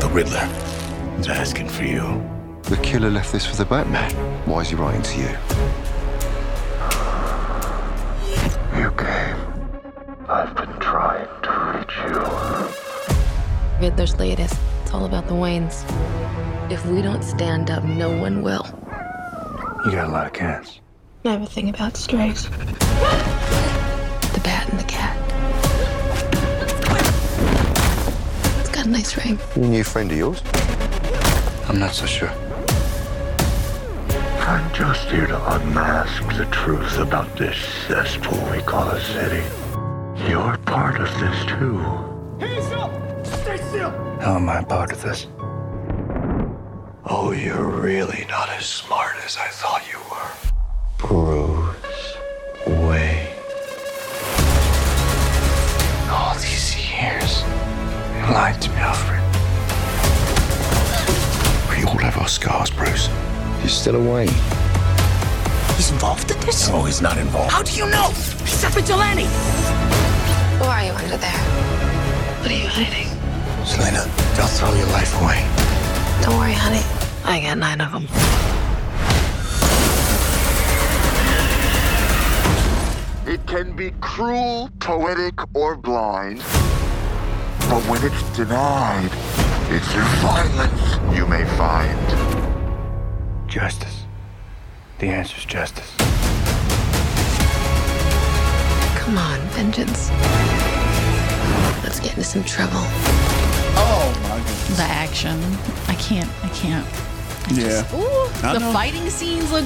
S3: The Riddler is asking for you.
S7: The killer left this for the Batman. Why is he writing to you? You came. I've been trying to reach you.
S9: Riddler's latest. It's all about the Waynes. If we don't stand up, no one will.
S3: You got a lot of cats.
S9: I have a thing about strays. The bat and the cat. It's got a nice ring.
S7: New friend of yours?
S3: I'm not so sure.
S7: I'm just here to unmask the truth about this cesspool we call a city. You're part of this too.
S3: Hands up! Stay still! How am I part of this?
S7: Oh, you're really not as smart as I thought you were. Bruce Wayne.
S3: All these years, you lied to me, Alfred. We all have our scars, Bruce. He's still away. He's involved in this? No, he's not involved.
S4: How do you know? He's a vigilante.
S9: Who are you under there? What are you hiding?
S3: Selena, don't throw your life away.
S9: Don't worry, honey. I got nine of them.
S7: It can be cruel, poetic, or blind. But when it's denied, it's through violence you may find.
S3: Justice. The answer's justice.
S9: Come on, vengeance. Let's get into some trouble.
S1: Oh my goodness.
S2: The action. I can't. I can't.
S1: Yeah.
S2: Ooh,
S1: I
S2: the
S1: know.
S2: fighting scenes look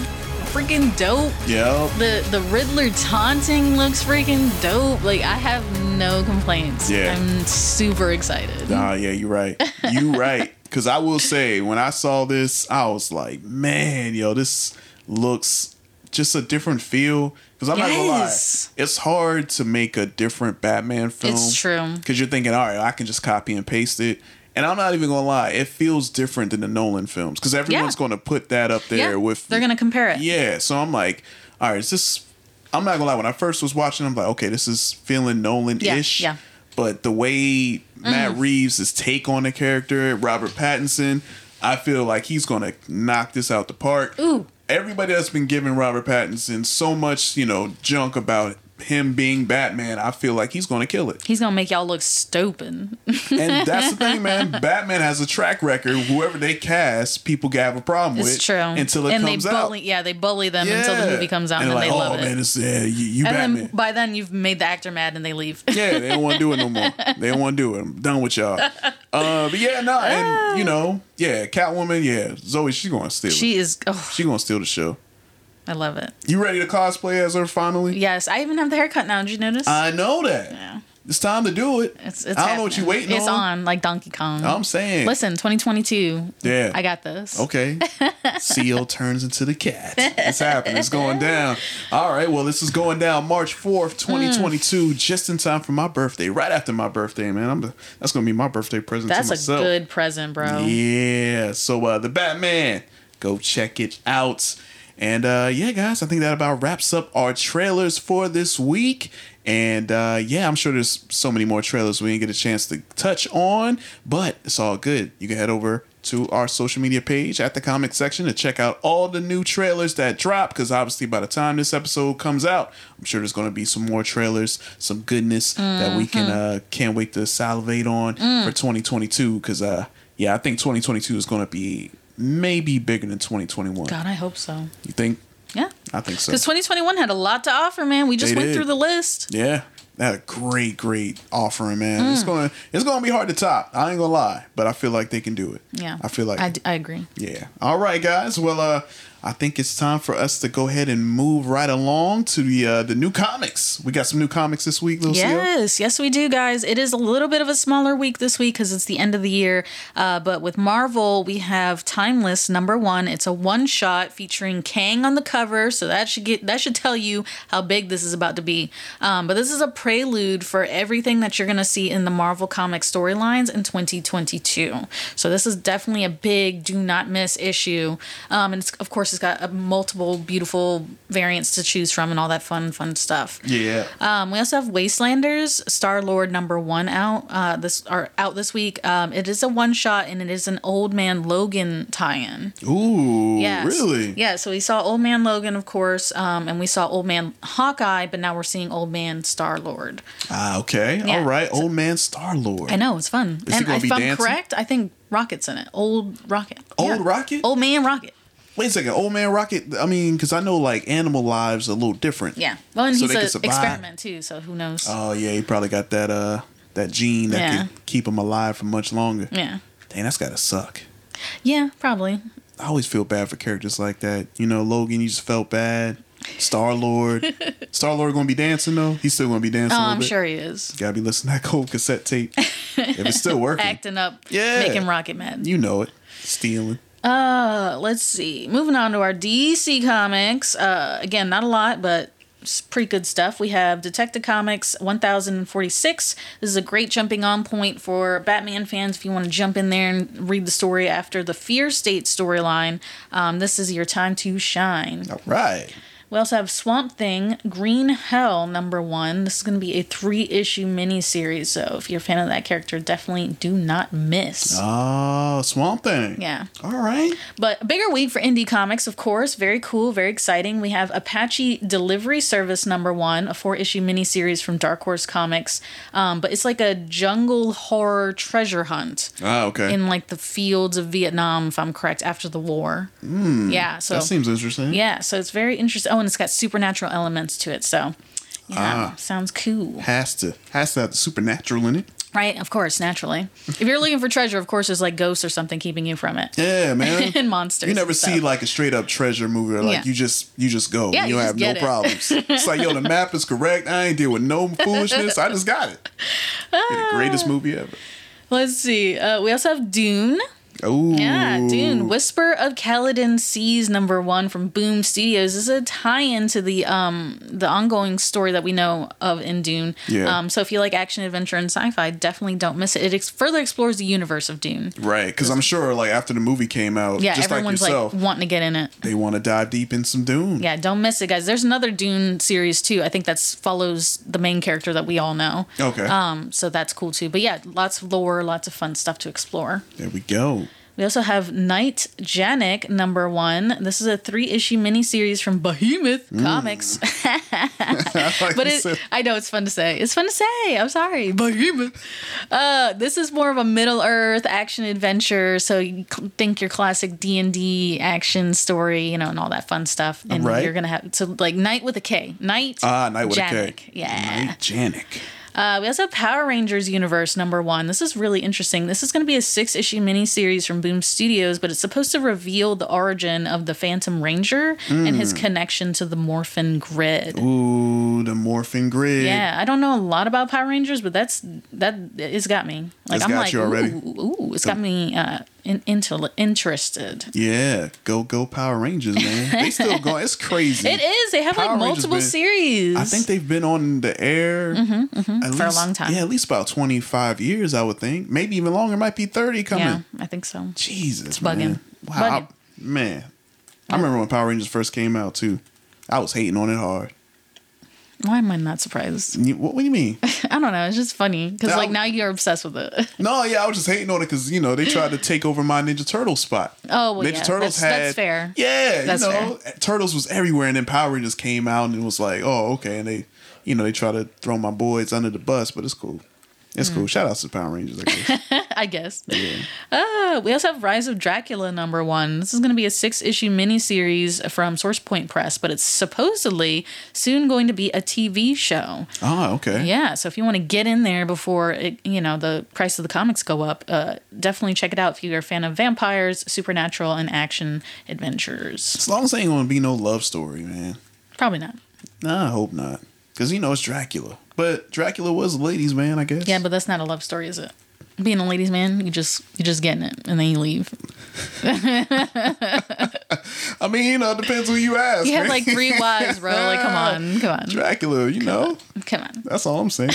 S2: freaking dope.
S1: Yep.
S2: The the Riddler taunting looks freaking dope. Like I have no complaints.
S1: Yeah.
S2: I'm super excited.
S1: Nah, yeah, you're right. You right. Cause I will say, when I saw this, I was like, man, yo, this looks just a different feel. Cause I'm not gonna
S2: Yes.
S1: lie, it's hard to make a different Batman film.
S2: It's true.
S1: Cause you're thinking, all right, I can just copy and paste it. And I'm not even gonna lie, it feels different than the Nolan films. Cause everyone's
S2: Yeah.
S1: gonna put that up there
S2: yeah,
S1: with
S2: they're gonna compare it.
S1: yeah, so I'm like, all right, is this? I'm not gonna lie. When I first was watching, I'm like, okay, this is feeling Nolan-ish.
S2: Yeah, yeah.
S1: But the way Matt
S2: Mm.
S1: Reeves' take on the character, Robert Pattinson, I feel like he's gonna knock this out the park.
S2: Ooh.
S1: Everybody that's been giving Robert Pattinson so much, you know, junk about him being Batman, I feel like he's gonna kill it.
S2: He's gonna make y'all look stupid.
S1: And that's the thing, man. Batman has a track record. Whoever they cast, people have a problem
S2: It's
S1: with
S2: true.
S1: until it
S2: and
S1: comes
S2: they bully,
S1: out.
S2: Yeah, they bully them until the
S1: Yeah.
S2: movie comes out and,
S1: like,
S2: then they
S1: oh,
S2: love it.
S1: man, it's, uh, you, you
S2: and
S1: Batman.
S2: then by then you've made the actor mad and they leave.
S1: yeah, they don't want to do it no more. They don't want to do it. I'm done with y'all. Uh, but yeah, no, and you know, yeah, Catwoman, yeah, Zoe, she's gonna steal.
S2: she
S1: She,
S2: is. Oh,
S1: she gonna steal the show.
S2: I love it.
S1: You ready to cosplay as her finally?
S2: Yes, I even have the haircut now. Did you notice?
S1: I know that. It's time to do it.
S2: It's, it's
S1: Uh, I don't know what you
S2: happening.
S1: waiting
S2: It's on like Donkey Kong.
S1: I'm saying.
S2: Listen, 2022.
S1: Yeah.
S2: I got this.
S1: Okay. Seal turns into the cat. It's happening. It's going down. All right. Well, this is going down March 4th,
S2: Mm.
S1: 2022, just in time for my birthday. Right after my birthday, man. I'm that's going to be my birthday present
S2: That's
S1: to
S2: a
S1: myself.
S2: good present, bro.
S1: Yeah. So uh the Batman, go check it out. And uh yeah, guys, I think that about wraps up our trailers for this week. And uh yeah, I'm sure there's so many more trailers we didn't get a chance to touch on, but it's all good. You can head over to our social media page at the comment section to check out all the new trailers that drop because obviously by the time this episode comes out i'm sure there's going to be some more trailers some goodness that we can uh can't wait to salivate on for 2022 because uh yeah i think 2022 is going to be maybe bigger than 2021
S2: God, I hope so.
S1: you think
S2: Yeah.
S1: i think so
S2: Because 2021 had a lot to offer, man. We just
S1: They
S2: went
S1: did.
S2: through the list.
S1: yeah that a great great offering man
S2: Mm.
S1: it's gonna it's gonna be hard to top i ain't gonna lie but i feel like they can do it
S2: Yeah.
S1: i feel like
S2: I, d- I agree.
S1: Yeah. All right, guys. Well, uh, I think it's time for us to go ahead and move right along to the uh, the new comics. We got some new comics this week, Lucille.
S2: Yes, yes, we do, guys. It is a little bit of a smaller week this week because it's the end of the year. Uh, but with Marvel, we have Timeless number one. It's a one shot featuring Kang on the cover, so that should get that should tell you how big this is about to be. Um, but this is a prelude for everything that you're gonna see in the Marvel comic storylines in 2022. So this is definitely a big do not miss issue, um, and it's, of course it's got uh, multiple beautiful variants to choose from and all that fun fun stuff.
S1: Yeah.
S2: Um, we also have Wastelanders Star Lord number one out uh, this are out this week. Um, it is a one shot and it is an Old Man Logan tie-in.
S1: Ooh.
S2: Yes.
S1: Really?
S2: Yeah. So we saw Old Man Logan, of course, um, and we saw Old Man Hawkeye, but now we're seeing Old Man Star Lord.
S1: Ah, okay.
S2: Yeah.
S1: All right. Old man Star Lord.
S2: I know it's fun,
S1: Is he
S2: and
S1: gonna
S2: if
S1: be
S2: I'm
S1: dancing?
S2: correct, I think Rocket's in it. Old Rocket.
S1: Old Rocket?
S2: Old Man Rocket.
S1: Wait a second. Old man Rocket. I mean, because I know like animal lives are a little different.
S2: Yeah. Well, and
S1: So they could
S2: he's an
S1: survive.
S2: experiment too, so who knows?
S1: Oh yeah, he probably got that uh that gene that
S2: Yeah.
S1: can keep him alive for much longer.
S2: yeah.
S1: Dang, that's gotta suck.
S2: Yeah. Probably.
S1: I always feel bad for characters like that. You know, Logan, you just felt bad. Star Lord, Star Lord gonna be dancing though. He's still gonna be dancing.
S2: Oh,
S1: a little
S2: I'm
S1: bit.
S2: sure he is.
S1: Gotta be listening to that cold cassette tape. if it's still working,
S2: Acting up.
S1: Yeah.
S2: Making Rocket mad.
S1: you know it. Stealing.
S2: Uh, let's see. Moving on to our DC comics. Uh, again, not a lot, but it's pretty good stuff. We have Detective Comics 1046. This is a great jumping on point for Batman fans if you want to jump in there and read the story after the Fear State storyline. Um, this is your time to shine.
S1: All right.
S2: We also have Swamp Thing, Green Hell number one. This is going to be a three issue mini series, so if you're a fan of that character, definitely do not miss.
S1: Oh, Swamp Thing.
S2: Yeah.
S1: All right.
S2: But a bigger week for indie comics, of course. Very cool, very exciting. We have Apache Delivery Service number one, a four issue miniseries from Dark Horse Comics. Um, but it's like a jungle horror treasure hunt
S1: Ah, okay.
S2: in like the fields of Vietnam, if I'm correct, after the war. yeah. So
S1: Hmm. that seems interesting.
S2: yeah, so it's very interesting. Oh, and it's got supernatural elements to it. So
S1: Ah.
S2: yeah, sounds cool.
S1: Has to has to have the supernatural in it.
S2: Right, of course, naturally. If you're looking for treasure, of course, there's like ghosts or something keeping you from it.
S1: Yeah, man.
S2: and monsters.
S1: You never
S2: and stuff.
S1: see like a straight up treasure movie. Or, like
S2: Yeah.
S1: you just you just go.
S2: Yeah,
S1: you don't
S2: you just
S1: have no
S2: get it.
S1: problems. it's like yo, the map is correct. I ain't deal with no foolishness. I just got it. Be the greatest
S2: Ah.
S1: movie ever.
S2: Let's see. Uh, we also have Dune.
S1: Oh
S2: Yeah, Dune. Whisper of Caledon Seas number one from Boom Studios. This is a tie-in to the um the ongoing story that we know of in Dune.
S1: Yeah.
S2: Um, so if you like action, adventure, and sci-fi, definitely don't miss it. It ex- further explores the universe of Dune.
S1: Right, because I'm sure like after the movie came out,
S2: Yeah,
S1: just like
S2: everyone's like,
S1: yourself,
S2: wanting to get in it.
S1: they want to dive deep in some Dune.
S2: Yeah, don't miss it, guys. There's another Dune series too. I think that's follows the main character that we all know.
S1: Okay.
S2: Um, so that's cool too. But yeah, lots of lore, lots of fun stuff to explore.
S1: There we go.
S2: We also have Knight Janik number one. This is a three issue miniseries from Behemoth Comics. but
S1: you
S2: it,
S1: said.
S2: I know it's fun to say. It's fun to say. I'm sorry. Behemoth. Uh, this is more of a Middle Earth action adventure. So you cl- think your classic D and D action story, you know, and all that fun stuff. And
S1: Alright.
S2: you're gonna have so like Ah, Knight with a K. Knight.
S1: Ah, Night with a
S2: Janik.
S1: K.
S2: Yeah.
S1: Night Janik.
S2: Uh, we also have Power Rangers Universe number one. This is really interesting. This is going to be a six issue miniseries from Boom Studios, but it's supposed to reveal the origin of the Phantom Ranger and his
S1: Mm.
S2: connection to the Morphin Grid.
S1: Ooh, the morphin grid.
S2: Yeah, I don't know a lot about Power Rangers, but that's that it's got me. Like
S1: It's
S2: I'm
S1: got
S2: like,
S1: you already.
S2: ooh, ooh, it's got me uh, in, intel interested.
S1: Yeah, go go Power Rangers, man. They still go. It's crazy.
S2: It is. They have
S1: Power
S2: like
S1: Rangers
S2: multiple
S1: been-
S2: series.
S1: I think they've been on the air
S2: Mhm, mhm,
S1: at
S2: for
S1: least-
S2: a long time.
S1: Yeah, at least about twenty five years, I would think. Maybe even longer. Might be thirty coming.
S2: Yeah, I think so.
S1: Jesus,
S2: It's bugging.
S1: man. Wow, I-
S2: Bugging.
S1: man. I remember when Power Rangers first came out too. I was hating on it hard.
S2: Why am I not surprised?
S1: What, what do you mean?
S2: I don't know. It's just funny because like now you're obsessed with it.
S1: no, yeah, I was just hating on it because you know they tried to take over my Ninja Turtle spot.
S2: Oh, well,
S1: Ninja
S2: yeah,
S1: Turtles
S2: that's,
S1: had
S2: that's fair.
S1: Yeah,
S2: that's
S1: you know, eh, Turtles was everywhere, and then Power Rangers came out, and it was like, oh, okay, and they, you know, they try to throw my boys under the bus, but it's cool. It's
S2: Mm.
S1: cool. Shout outs to Power Rangers. I guess.
S2: fair. I guess.
S1: yeah.
S2: Uh, we also have Rise of Dracula number one. This is going to be a six issue miniseries from SourcePoint Press, but it's supposedly soon going to be a TV show.
S1: Oh, okay.
S2: Yeah, so if you want to get in there before it, you know the price of the comics go up, uh, definitely check it out if you're a fan of vampires, supernatural, and action adventures.
S1: As long as there ain't gonna be no love story, man.
S2: Probably not.
S1: Nah, I hope not, because you know it's Dracula. But Dracula was a ladies' man, I guess.
S2: Yeah, but that's not a love story, is it? Being a ladies' man, you just you just getting it, and then you leave.
S1: I mean, you know, it depends who you ask.
S2: you had
S1: man.
S2: like three wives, bro. Like, come on, come on,
S1: Dracula, you know.
S2: come on.
S1: That's all I'm saying.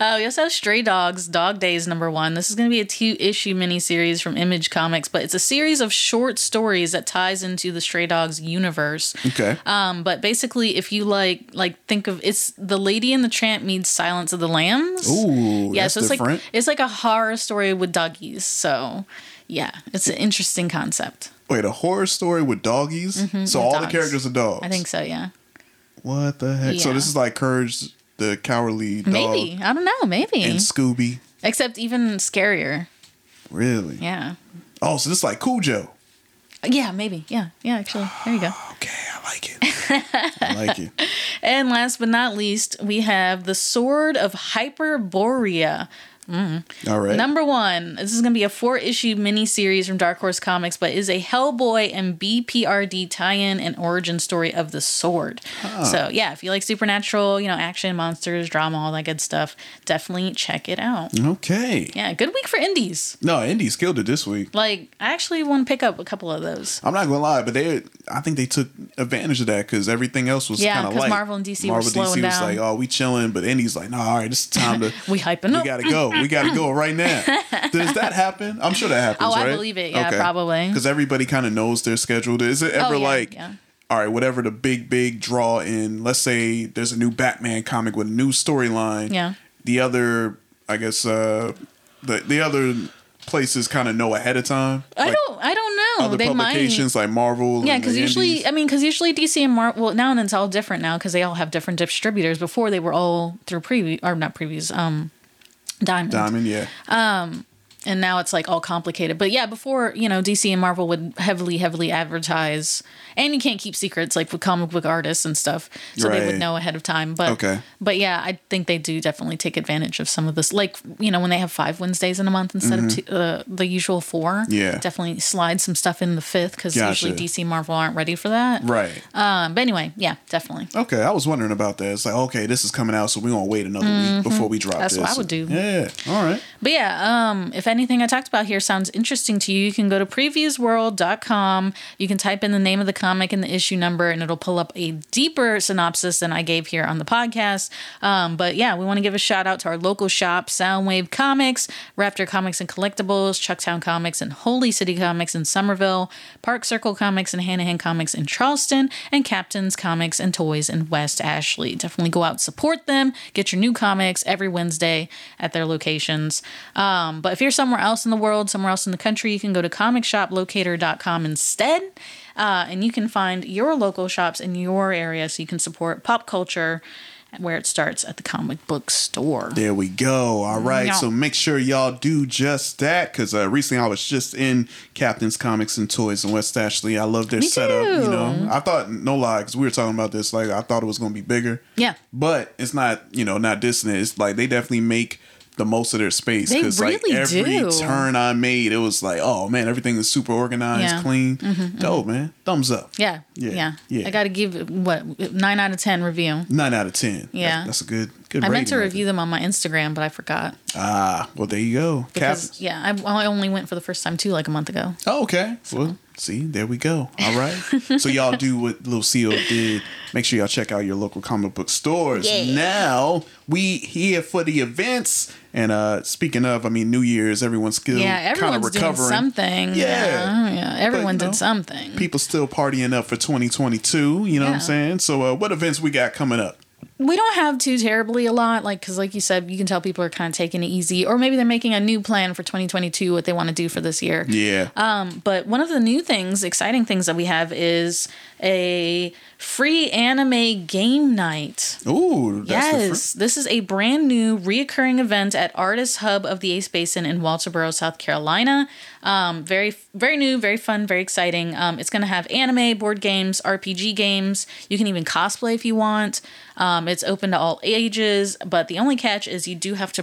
S2: Uh, we also have Stray Dogs, Dog Days number one. This is going to be a two issue miniseries from Image Comics, but it's a series of short stories that ties into the Stray Dogs universe.
S1: Okay.
S2: Um, but basically, if you like, like think of it's the Lady and the Tramp meets Silence of the Lambs.
S1: Ooh,
S2: yeah.
S1: that's
S2: so it's
S1: different.
S2: like it's like a horror story with doggies. So yeah, it's an interesting concept.
S1: Wait, a horror story with doggies?
S2: Mhm,
S1: so
S2: with
S1: all the
S2: dogs.
S1: characters are dogs.
S2: I think so. Yeah.
S1: What the heck? So
S2: Yeah.
S1: this is like Courage the Cowardly Dog
S2: Maybe I don't know. Maybe
S1: and Scooby.
S2: except even scarier.
S1: Really?
S2: Yeah.
S1: Oh, so this is like Cujo.
S2: Yeah, maybe. Yeah, yeah. Actually, there you go.
S1: okay, I like it. I like it.
S2: And last but not least, we have the Sword of Hyperborea. Mm.
S1: All right.
S2: Number one, this is going to be a four issue miniseries from Dark Horse Comics, but is a Hellboy and BPRD tie in and origin story of the sword.
S10: Huh.
S2: So, yeah, if you like supernatural, you know, action, monsters, drama, all that good stuff, definitely check it out.
S1: Mm. Okay.
S2: Yeah, good week for indies.
S1: No, Indies killed it this week.
S2: Like, I actually want to pick up a couple of those.
S1: I'm not gonna lie, but they, I think they took advantage of that because everything else was
S2: Yeah,
S1: kind of
S2: 'cause
S1: like
S2: Marvel and DC were slowing
S1: was
S2: down.
S1: like, oh, we chilling, but Indy's like, no, all right, it's time to
S2: We hyping
S1: we
S2: up.
S1: gotta go, we gotta go right now. Does that happen? I'm sure that happens.
S2: Oh, I
S1: right?
S2: believe it. Yeah, probably.
S1: Because everybody kind of knows their schedule. Is it ever
S2: Oh, yeah,
S1: like?
S2: yeah.
S1: All right, whatever the big, big draw in, let's say there's a new Batman comic with a new storyline
S2: Yeah.
S1: the other I guess uh the the other places kind of know ahead of time.
S2: I
S1: Like,
S2: don't. I don't know.
S1: other
S2: they might.
S1: publications like Marvel.
S2: Yeah,
S1: and
S2: because
S1: the
S2: usually,
S1: Indies.
S2: I mean, because usually DC and Marvel. Well, now and then it's all different now because they all have different distributors. Before they were all through preview or not previews, um, Diamond.
S1: Diamond, yeah.
S2: Um, and now it's like all complicated. But yeah, before you know, DC and Marvel would heavily, heavily advertise, and you can't keep secrets like with comic book artists and stuff, so they
S1: Right.
S2: would know ahead of time. But
S1: Okay.
S2: but yeah, I think they do definitely take advantage of some of this. Like you know, when they have five Wednesdays in a month instead
S1: Mhm.
S2: of two, uh, the usual four.
S1: Yeah.
S2: definitely slide some stuff in the fifth because
S1: Gotcha.
S2: usually DC and Marvel aren't ready for that.
S1: Right.
S2: Um, but anyway, yeah, definitely.
S1: Okay, I was wondering about that. It's like, okay, this is coming out, so we're gonna wait another
S2: Mhm.
S1: week before we drop
S2: That's
S1: this.
S2: what I would do.
S1: Yeah. All right.
S2: But yeah, um, if anything I talked about here sounds interesting to you, you can go to previewsworld.com. You can type in the name of the comic and the issue number, and it'll pull up a deeper synopsis than I gave here on the podcast. Um, but yeah, we want to give a shout out to our local shop, Soundwave Comics, Raptor Comics and Collectibles, Chucktown Comics and Holy City Comics in Somerville, Park Circle Comics and Hanahan Comics in Charleston, and Captain's Comics and Toys in West Ashley. Definitely go out, support them, get your new comics every Wednesday at their locations. Um, but if you're somewhere else in the world, somewhere else in the country, you can go to comicshoplocator.com instead. Uh, and you can find your local shops in your area so you can support pop culture where it starts at the comic book store.
S1: There we go. All right.
S2: Yeah.
S1: So make sure y'all do just that because uh, recently I was just in Captain's Comics and Toys in West Ashley. I love their
S2: Me
S1: setup. You
S2: too.
S1: know, I thought, no lie, because we were talking about this, like, I thought it was going to be bigger.
S2: Yeah.
S1: But it's not, you know, not dissing it. It's like they definitely make the most of their space
S2: They
S1: like
S2: really
S1: every
S2: do.
S1: turn I made, it was like, oh man, everything is super organized,
S2: Yeah.
S1: clean.
S2: Mhm,
S1: Dope, man. Thumbs up.
S2: Yeah.
S1: Yeah,
S2: Yeah.
S1: yeah.
S2: I got to give it, what 9 out of 10 review.
S1: Nine out of ten.
S2: Yeah.
S1: That- that's a good good.
S2: I meant
S1: rating
S2: to
S1: right
S2: review them on my Instagram, but I forgot.
S1: Ah, well, there you go. Cap.
S2: Because yeah, I, well, I only went for the first time too, like a month ago.
S1: Oh, okay. Well, see, there we go. All right. so y'all do what Lucille did. Make sure y'all check out your local comic book stores.
S2: Yeah.
S1: Now we here for the events. And uh speaking of, I mean, New Year's, everyone's still
S2: yeah,
S1: kind of
S2: everyone's doing
S1: recovering.
S2: something.
S1: Yeah.
S2: yeah, Oh, yeah. everyone
S1: you know,
S2: did something.
S1: People still partying up for 2022. You know what
S2: Yeah.
S1: I'm saying? So, uh, what events we got coming up?
S2: We don't have too terribly a lot, like because, like you said, you can tell people are kind of taking it easy, or maybe they're making a new plan for 2022, what they want to do for this year.
S1: Yeah.
S2: Um, but one of the new things, exciting things that we have is a free anime game night.
S1: Ooh, that's the
S2: yes, this is a brand new reoccurring event at Artist Hub of the Ace Basin in Walterboro, South Carolina. Um, very, very new, very fun, very exciting. Um, it's going to have anime, board games, RPG games. You can even cosplay if you want. Um, it's open to all ages, but the only catch is you do have to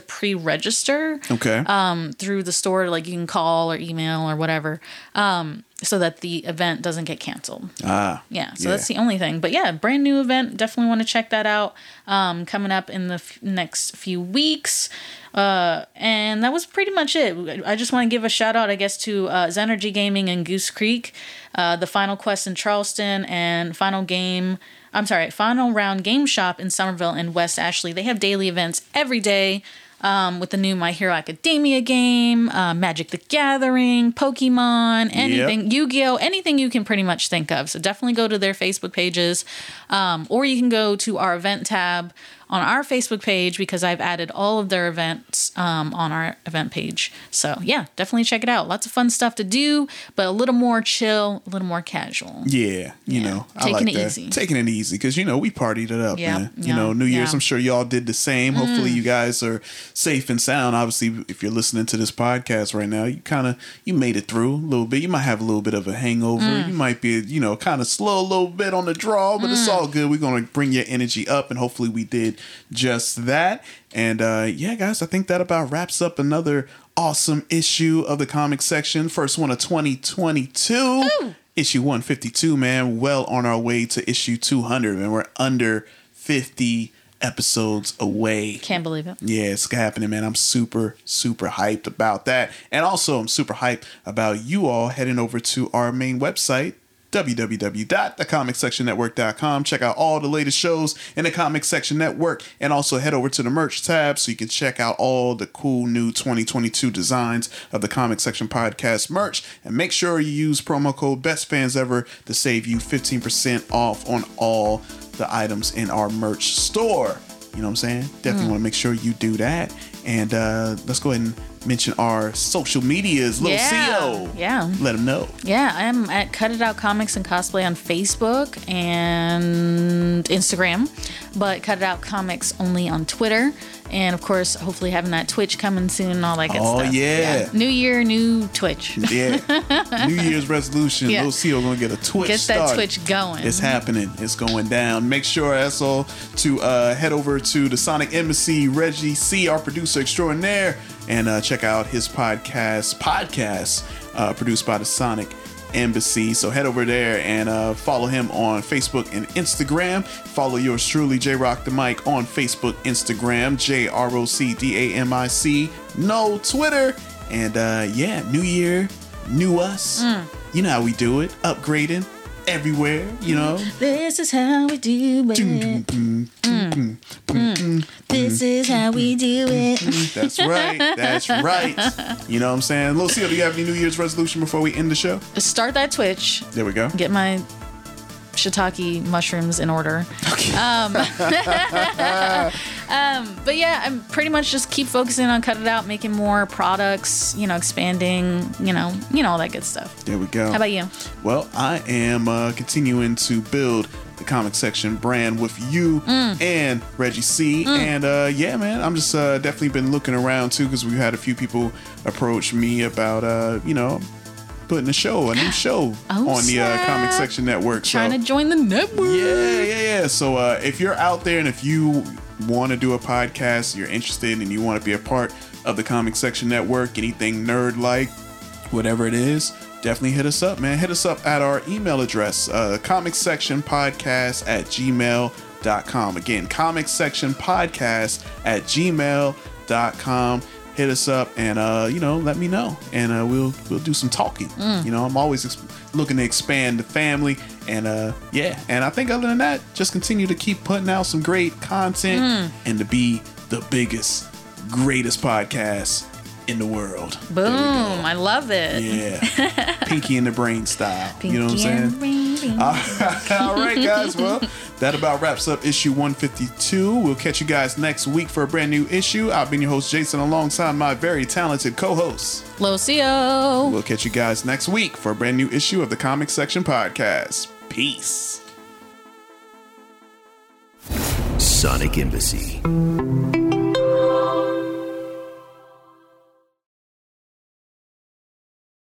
S2: pre-register
S1: Okay.
S2: um, through the store. Like you can call or email or whatever, um, so that the event doesn't get canceled.
S1: Ah.
S2: Yeah, so that's the only thing. But yeah, brand new event. Definitely want to check that out. Um, coming up in the f- next few weeks. Uh, and that was pretty much it. I just want to give a shout out, I guess, to uh, Zenergy Gaming and Goose Creek, uh, the Final Quest in Charleston, and Final Game. I'm sorry, Final Round Game Shop in Somerville and West Ashley. They have daily events every day um, with the new My Hero Academia game, uh, Magic the Gathering, Pokemon, anything, Yu Gi Oh!, anything you can pretty much think of. So definitely go to their Facebook pages, um, or you can go to our event tab on our Facebook page because I've added all of their events um, on our event page. So yeah, definitely check it out. Lots of fun stuff to do, but a little more chill, a little more casual.
S1: Yeah, you know, I
S2: Taking
S1: like
S2: it
S1: that.
S2: easy.
S1: Taking it easy because you know we partied it up,
S2: Yeah,
S1: man. You
S2: yeah,
S1: know, New Year's.
S2: yeah.
S1: I'm sure y'all did the same. Hopefully,
S2: Mm.
S1: you guys are safe and sound. Obviously, if you're listening to this podcast right now, you kind of you made it through a little bit. You might have a little bit of a hangover.
S2: Mm.
S1: You might be, you know, kind of slow a little bit on the draw, but it's
S2: Mm.
S1: all good. We're gonna bring your energy up, and hopefully, we did just that. And uh, yeah, guys, I think that about wraps up another awesome issue of the comic section. First one of 2022. Issue 152, man. Well on our way to issue 200, and we're under 50 episodes away.
S2: Can't believe it.
S1: Yeah, it's happening, man. I'm super, super hyped about that. And also, I'm super hyped about you all heading over to our main website www.thecomicsectionnetwork.com check out all the latest shows in the comic section network and also head over to the merch tab so you can check out all the cool new 2022 designs of the comic section podcast merch and make sure you use promo code best fans ever to save you 15% off on all the items in our merch store you know what I'm saying? Definitely
S10: Mm.
S1: want to make sure you do that. And uh, let's go ahead and mention our social medias, Lil
S2: Yeah.
S1: CO.
S2: Yeah.
S1: Let them know.
S2: Yeah, I'm at Cut It Out Comics and Cosplay on Facebook and Instagram, but Cut It Out Comics only on Twitter. And of course, hopefully having that Twitch coming soon and all that good
S1: Oh,
S2: stuff.
S1: yeah.
S2: New year, new Twitch.
S1: Yeah. New Year's resolution.
S2: Yeah.
S1: Lil CO going to get a Twitch
S2: Get that
S1: started.
S2: Twitch going.
S1: It's happening. It's going down. Make sure as all to uh, head over to the Sonic Embassy, Reggie C, our producer extraordinaire, and uh, check out his podcast, podcast uh, produced by the Sonic Embassy. So head over there and uh, follow him on Facebook and Instagram. Follow yours truly, J Rock the Mic, on Facebook, Instagram, J R O C D A M I C, no Twitter. And uh, yeah, New Year, new us.
S2: Mm.
S1: You know how we do it. Upgrading everywhere, you know.
S2: This is how we do it. Mm. Mm. This is how we do it.
S1: That's right. That's right. You know what I'm saying? Lucille, do you have any New Year's resolution before we end the show?
S2: Start that Twitch.
S1: There we go.
S2: Get my shiitake mushrooms in order. Um, um, but yeah, I'm pretty much just keep focusing on cut it out, making more products, you know, expanding, you know, you know all that good stuff.
S1: There we go.
S2: How about you?
S1: Well, I am uh, continuing to build the comic section brand with you
S2: Mm.
S1: and Reggie C.
S2: Mm.
S1: And uh, yeah, man, I'm just uh, definitely been looking around too because we had a few people approach me about uh, you know putting a show, a new show
S2: Oh,
S1: on the uh,
S2: snap.
S1: comic section network.
S2: Trying
S1: so.
S2: to join the network.
S1: Yeah, yeah, yeah. So uh, if you're out there and if you want to do a podcast, you're interested and you want to be a part of the Comic Section Network, anything nerd like, whatever it is, definitely hit us up, man. Hit us up at our email address, uh, comic section podcast at gmail.com. Again, comic section podcast at gmail.com. Hit us up and uh, you know, let me know, and uh, we'll we'll do some talking.
S2: Mm.
S1: You know, I'm always ex- looking to expand the family, and uh, yeah, and I think other than that, just continue to keep putting out some great content
S2: Mm.
S1: and to be the biggest, greatest podcast in the world.
S2: Boom. I love it.
S1: Yeah. Pinky in the brain style. you know what I'm saying?
S2: saying?
S1: All right, guys. Well, that about wraps up issue 152. We'll catch you guys next week for a brand new issue. I've been your host, Jason, alongside my very talented co host.
S2: Locio.
S1: We'll catch you guys next week for a brand new issue of the Comic Section Podcast. Peace.
S11: Sonic Embassy.